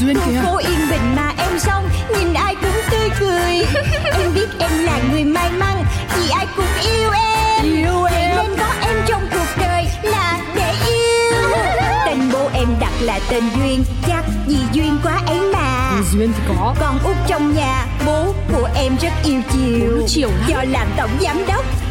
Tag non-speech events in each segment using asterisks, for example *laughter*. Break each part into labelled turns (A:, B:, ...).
A: duyên à? kìa
B: cô yên bình mà em xong nhìn ai cũng tươi
A: *laughs*
B: cười em biết em là người may mắn vì ai cũng yêu em
A: Yêu
B: Vậy
A: em.
B: nên có em trong cuộc đời là để
A: *laughs*
B: yêu tên bố em đặt là tên duyên chắc vì duyên quá ấy mà
C: À.
A: Thì duyên thì có
B: con út trong nhà bố của em rất yêu chiều
A: Bố chiều lắm.
B: do làm tổng giám đốc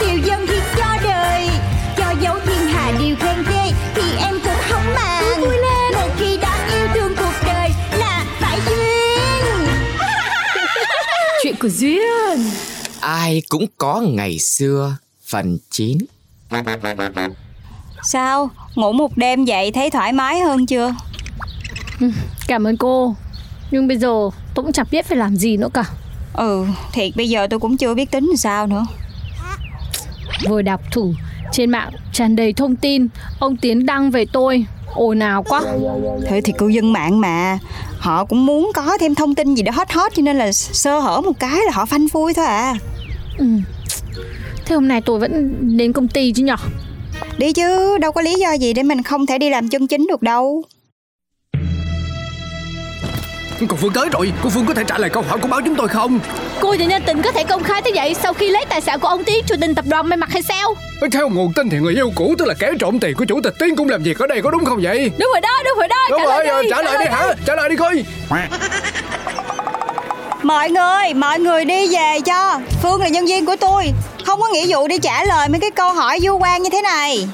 B: Điều dân thì cho đời Cho dấu thiên hà điều khen ghê Thì em cũng không màng vui lên Một khi đã yêu thương cuộc đời Là phải duyên
A: Chuyện của duyên
D: Ai cũng có ngày xưa Phần 9
B: Sao? Ngủ một đêm vậy thấy thoải mái hơn chưa?
C: Cảm ơn cô Nhưng bây giờ tôi cũng chẳng biết phải làm gì nữa cả
B: Ừ, thiệt bây giờ tôi cũng chưa biết tính sao nữa
C: Vừa đọc thử Trên mạng tràn đầy thông tin Ông Tiến đăng về tôi Ồn ào quá
B: Thế thì cư dân mạng mà Họ cũng muốn có thêm thông tin gì đó hot hot Cho nên là sơ hở một cái là họ phanh phui thôi à
C: ừ. Thế hôm nay tôi vẫn đến công ty chứ nhở
B: Đi chứ, đâu có lý do gì để mình không thể đi làm chân chính được đâu
E: Cô Phương tới rồi Cô Phương có thể trả lời câu hỏi của báo chúng tôi không
C: Cô và nhân tình có thể công khai thế vậy Sau khi lấy tài sản của ông Tiến chủ tình tập đoàn may mặc hay sao
E: Theo nguồn tin thì người yêu cũ Tức là kẻ trộm tiền của chủ tịch Tiến cũng làm việc ở đây có đúng không vậy
C: Đúng rồi đó, đúng rồi đó
E: Đúng rồi, trả lời đi hả Trả lời đi coi
B: Mọi người, mọi người đi về cho Phương là nhân viên của tôi Không có nghĩa vụ đi trả lời mấy cái câu hỏi vô quan như thế này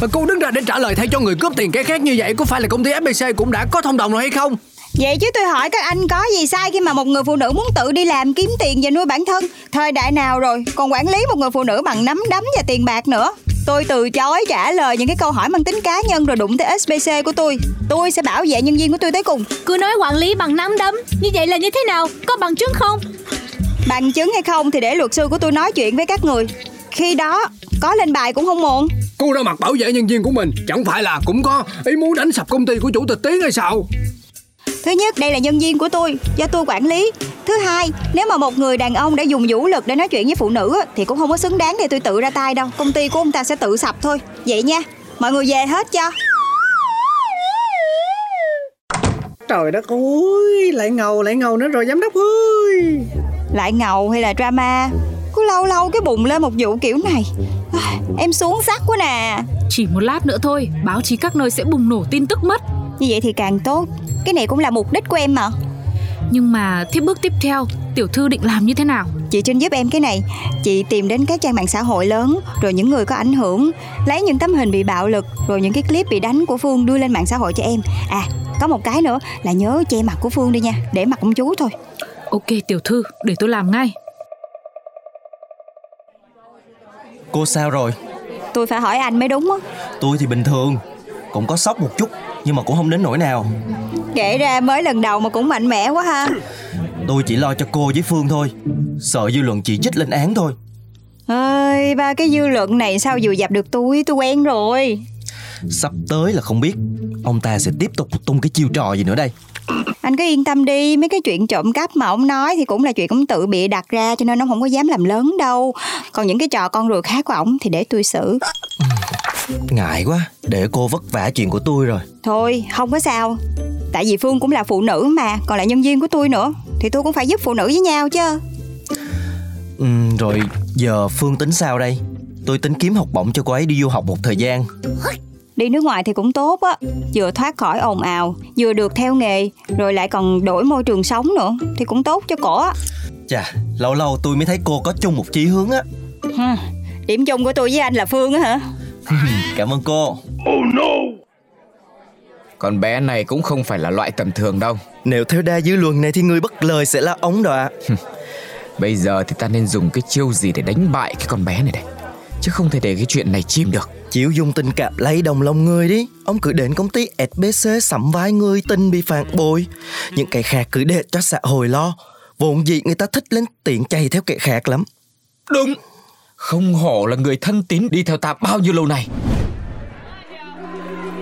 E: Mà Cô đứng ra để trả lời thay cho người cướp tiền kẻ khác như vậy Có phải là công ty FBC cũng đã có thông đồng rồi hay không
B: Vậy chứ tôi hỏi các anh có gì sai khi mà một người phụ nữ muốn tự đi làm kiếm tiền và nuôi bản thân Thời đại nào rồi còn quản lý một người phụ nữ bằng nắm đấm và tiền bạc nữa Tôi từ chối trả lời những cái câu hỏi mang tính cá nhân rồi đụng tới SBC của tôi Tôi sẽ bảo vệ nhân viên của tôi tới cùng
C: Cứ nói quản lý bằng nắm đấm Như vậy là như thế nào, có bằng chứng không
B: Bằng chứng hay không thì để luật sư của tôi nói chuyện với các người Khi đó có lên bài cũng không muộn
E: Cô ra mặt bảo vệ nhân viên của mình Chẳng phải là cũng có ý muốn đánh sập công ty của chủ tịch Tiến hay sao
B: Thứ nhất, đây là nhân viên của tôi, do tôi quản lý. Thứ hai, nếu mà một người đàn ông đã dùng vũ lực để nói chuyện với phụ nữ á, thì cũng không có xứng đáng để tôi tự ra tay đâu. Công ty của ông ta sẽ tự sập thôi. Vậy nha, mọi người về hết cho.
F: Trời đất ơi, lại ngầu, lại ngầu nữa rồi giám đốc ơi
B: Lại ngầu hay là drama, cứ lâu lâu cái bùng lên một vụ kiểu này. Ai, Em xuống sắc quá nè.
A: Chỉ một lát nữa thôi Báo chí các nơi sẽ bùng nổ tin tức mất
B: Như vậy thì càng tốt. Cái này cũng là mục đích của em mà.
A: Nhưng mà thế bước tiếp theo Tiểu thư định làm như thế nào
B: Chị Trinh giúp em cái này Chị tìm đến các trang mạng xã hội lớn Rồi những người có ảnh hưởng Lấy những tấm hình bị bạo lực Rồi những cái clip bị đánh của Phương đưa lên mạng xã hội cho em À có một cái nữa là nhớ che mặt của Phương đi nha Để mặt ông chú thôi
A: Ok tiểu thư để tôi làm ngay
G: Cô sao rồi?
B: Tôi phải hỏi anh mới đúng á
G: Tôi thì bình thường Cũng có sốc một chút Nhưng mà cũng không đến nỗi nào
B: Kể ra mới lần đầu mà cũng mạnh mẽ quá ha
G: Tôi chỉ lo cho cô với Phương thôi Sợ dư luận chỉ trích lên án thôi
B: ơi ba cái dư luận này sao vừa dập được tôi Tôi quen rồi
G: Sắp tới là không biết Ông ta sẽ tiếp tục tung cái chiêu trò gì nữa đây
B: Anh cứ yên tâm đi, mấy cái chuyện trộm cắp mà ông nói thì cũng là chuyện ông tự bịa đặt ra cho nên ông không có dám làm lớn đâu. Còn những cái trò con ruồi khác của ổng thì để tôi xử.
G: Ngại quá Để cô vất vả chuyện của tôi rồi
B: Thôi, không có sao. Tại vì Phương cũng là phụ nữ mà, còn là nhân viên của tôi nữa. Thì tôi cũng phải giúp phụ nữ với nhau chứ.
G: Ừm, Ừ, Rồi giờ Phương tính sao đây? Tôi tính kiếm học bổng cho cô ấy đi du học một thời gian
B: Đi nước ngoài thì cũng tốt á, vừa thoát khỏi ồn ào, vừa được theo nghề, rồi lại còn đổi môi trường sống nữa, thì cũng tốt cho cổ á.
G: Chà, lâu lâu tôi mới thấy cô có chung một chí hướng á *laughs*
B: Hừ, Điểm chung của tôi với anh là Phương á hả?
G: Cảm ơn cô
D: Con bé này cũng không phải là loại tầm thường đâu
G: Nếu theo đa dư luận này thì người bất lời sẽ là ống đọa
D: Bây giờ thì ta nên dùng cái chiêu gì để đánh bại cái con bé này đây Chứ không thể để cái chuyện này chìm được
G: Chịu dùng tình cảm lấy đồng lòng người đi Ông cứ đến công ty SBC sắm vai người tình bị phản bội Những cái khác cứ để cho xã hội lo Vốn dĩ người ta thích lên tiện chạy theo kẻ khác lắm
D: Đúng Không hổ là người thân tín đi theo ta bao nhiêu lâu nay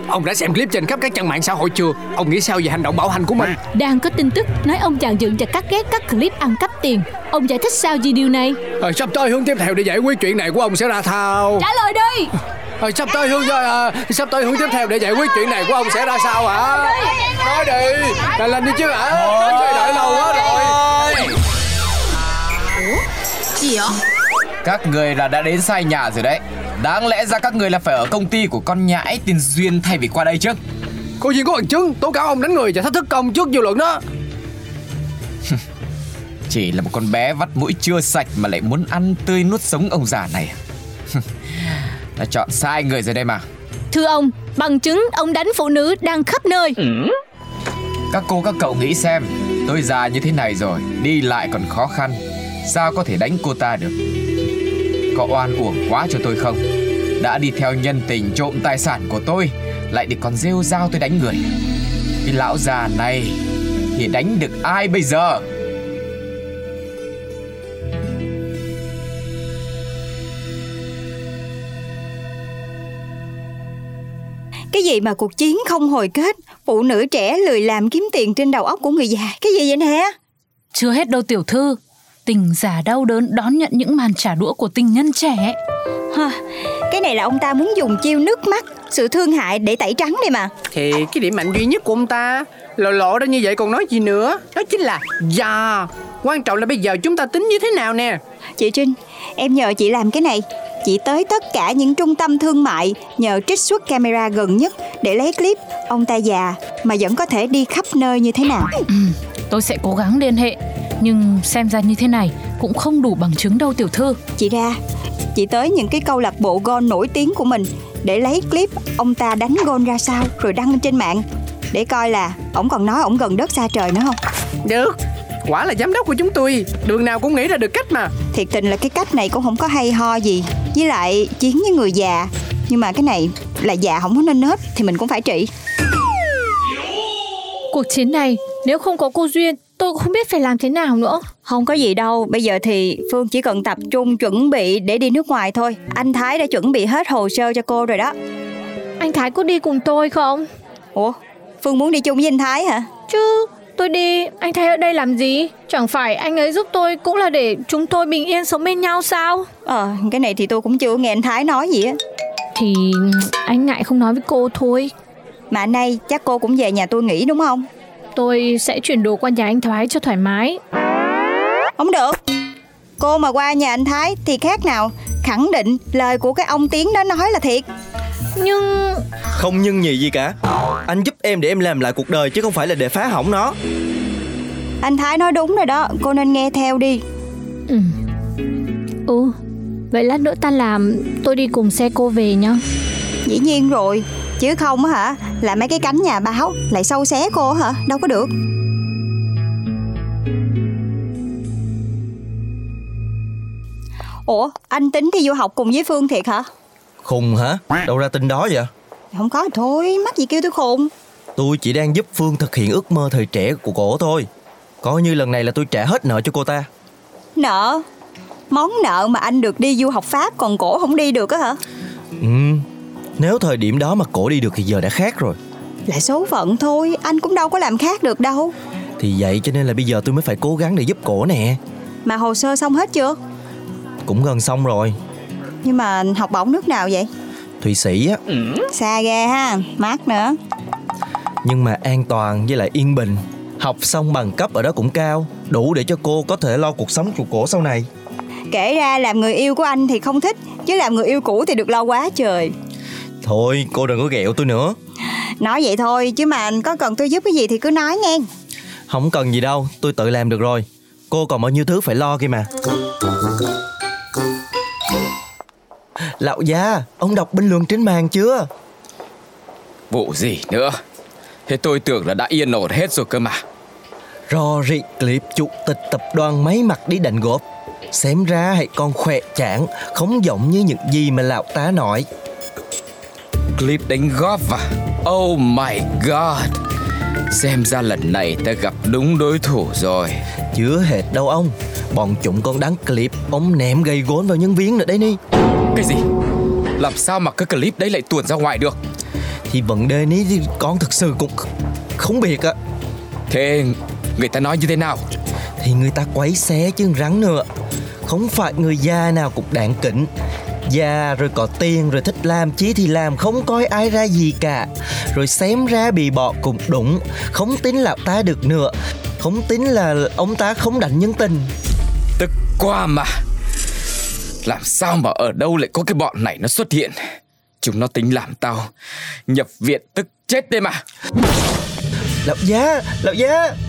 E: Ông đã xem clip trên khắp các trang mạng xã hội chưa Ông nghĩ sao về hành động bạo hành của mình
C: Đang có tin tức nói ông chàng dựng và cắt ghép các clip ăn cắp tiền Ông giải thích sao gì điều này
E: Ờ, Sắp tới hướng tiếp theo để giải quyết chuyện này của ông sẽ ra sao
C: Trả lời đi
E: Ờ, Sắp tới hướng rồi à, Sắp tới hướng tiếp theo để giải quyết chuyện này của ông sẽ ra sao hả Nói đi Là lên đi chứ hả Trời đợi lâu quá rồi
A: Gì ạ?
D: Các người là đã đến sai nhà rồi đấy Đáng lẽ ra các người là phải ở công ty của con nhãi tiền duyên thay vì qua đây chứ
E: Cô Duyên có bằng chứng tố cáo ông đánh người và thách thức công trước dư luận đó
D: Chỉ là một con bé vắt mũi chưa sạch mà lại muốn ăn tươi nuốt sống ông già này *laughs* à? Đã chọn sai người rồi đây mà
C: Thưa ông, bằng chứng ông đánh phụ nữ đang khắp nơi
D: Các cô các cậu nghĩ xem Tôi già như thế này rồi Đi lại còn khó khăn Sao có thể đánh cô ta được Có oan uổng quá cho tôi không Đã đi theo nhân tình trộm tài sản của tôi Lại được còn rêu rao tôi đánh người Cái lão già này Thì đánh được ai bây giờ
B: Cái gì mà cuộc chiến không hồi kết Phụ nữ trẻ lười làm kiếm tiền trên đầu óc của người già Cái gì vậy nè
H: Chưa hết đâu tiểu thư Tình giả đau đớn đón nhận những màn trả đũa của tình nhân trẻ
B: Hả, Cái này là ông ta muốn dùng chiêu nước mắt Sự thương hại để tẩy trắng đây mà
F: Thì cái điểm mạnh duy nhất của ông ta Lộ lộ ra như vậy còn nói gì nữa Đó chính là già Quan trọng là bây giờ chúng ta tính như thế nào nè
B: Chị Trinh Em nhờ chị làm cái này Chị tới tất cả những trung tâm thương mại Nhờ trích xuất camera gần nhất Để lấy clip ông ta già Mà vẫn có thể đi khắp nơi như thế nào
H: Tôi sẽ cố gắng liên hệ Nhưng xem ra như thế này Cũng không đủ bằng chứng đâu tiểu thư
B: Chị ra Chị tới những cái câu lạc bộ gôn nổi tiếng của mình Để lấy clip ông ta đánh gôn ra sao Rồi đăng lên trên mạng Để coi là ổng còn nói ổng gần đất xa trời nữa không
F: Được Quả là giám đốc của chúng tôi Đường nào cũng nghĩ ra được cách mà
B: Thiệt tình là cái cách này cũng không có hay ho gì Với lại chiến với người già Nhưng mà cái này là già không có nên nết Thì mình cũng phải trị
C: Cuộc chiến này, nếu không có cô Duyên Tôi cũng không biết phải làm thế nào nữa
B: Không có gì đâu, bây giờ thì Phương chỉ cần tập trung chuẩn bị để đi nước ngoài thôi Anh Thái đã chuẩn bị hết hồ sơ cho cô rồi đó
C: Anh Thái có đi cùng tôi không?
B: Ủa, Phương muốn đi chung với anh Thái hả?
C: Chứ tôi đi, anh Thái ở đây làm gì? Chẳng phải anh ấy giúp tôi cũng là để chúng tôi bình yên sống bên nhau sao?
B: Ờ, cái này thì tôi cũng chưa nghe anh Thái nói gì á
C: Thì anh ngại không nói với cô thôi
B: Mà nay chắc cô cũng về nhà tôi nghỉ đúng không?
C: Tôi sẽ chuyển đồ qua nhà anh Thái cho thoải mái
B: Không được Cô mà qua nhà anh Thái thì khác nào Khẳng định lời của cái ông Tiến đó nói là thiệt
C: Nhưng
G: Không nhân nhì gì cả Anh giúp em để em làm lại cuộc đời Chứ không phải là để phá hỏng nó
B: Anh Thái nói đúng rồi đó Cô nên nghe theo đi
C: Ừ. Ừ. Vậy lát nữa ta làm tôi đi cùng xe cô về nhá.
B: Dĩ nhiên rồi Chứ không á hả Là mấy cái cánh nhà báo Lại sâu xé cô hả Đâu có được Ủa anh tính thi du học cùng với Phương thiệt hả
G: Khùng hả? Đâu ra tin đó vậy?
B: Không có thì thôi Mắc gì kêu tôi khùng
G: Tôi chỉ đang giúp Phương thực hiện ước mơ thời trẻ của cổ thôi Coi như lần này là tôi trả hết nợ cho cô ta
B: Nợ Món nợ mà anh được đi du học Pháp Còn cổ không đi được á hả
G: Ừ Nếu thời điểm đó mà cổ đi được thì giờ đã khác rồi
B: Là số phận thôi Anh cũng đâu có làm khác được đâu
G: Thì vậy cho nên là bây giờ tôi mới phải cố gắng để giúp cổ nè
B: Mà hồ sơ xong hết chưa
G: Cũng gần xong rồi
B: Nhưng mà học bổng nước nào vậy
G: Thụy Sĩ á
B: Xa ghê ha Mát nữa
G: Nhưng mà an toàn với lại yên bình Học xong bằng cấp ở đó cũng cao Đủ để cho cô có thể lo cuộc sống của cổ sau này
B: Kể ra làm người yêu của anh thì không thích Chứ làm người yêu cũ thì được lo quá trời
G: Thôi cô đừng có ghẹo tôi nữa
B: Nói vậy thôi chứ mà có cần tôi giúp cái gì thì cứ nói nghe
G: Không cần gì đâu tôi tự làm được rồi Cô còn bao nhiêu thứ phải lo kia mà Lão gia Ông đọc bình luận trên màn chưa
D: Vụ gì nữa Thế tôi tưởng là đã yên ổn hết rồi cơ mà
G: Rory Clip chủ tịch tập đoàn máy mặc đi đánh góp Xem ra hãy còn khỏe chảng Không giống như những gì mà lão tá nói
D: Clip đánh góp và Oh my god Xem ra lần này ta gặp đúng đối thủ rồi
G: Chứa hệt đâu ông Bọn chúng còn đăng clip Ông ném gây gốn vào nhân viên nữa đấy ni
D: Cái gì? Làm sao mà cái clip đấy lại tuồn ra ngoài được
G: Thì vấn đề ní thì con thực sự cũng không biết á
D: Thế người ta nói như thế nào?
G: Thì người ta quấy xé chứ rắn nữa Không phải người già nào cũng đáng kính Già rồi có tiền rồi thích làm chí thì làm không coi ai ra gì cả Rồi xém ra bị bỏ cũng đúng Không tính là ta được nữa Không tính là ông ta không đánh nhân tình
D: Tức quá mà Làm sao mà ở đâu lại có cái bọn này nó xuất hiện Chúng nó tính làm tao Nhập viện tức chết đây mà
G: Lão giá, lão giá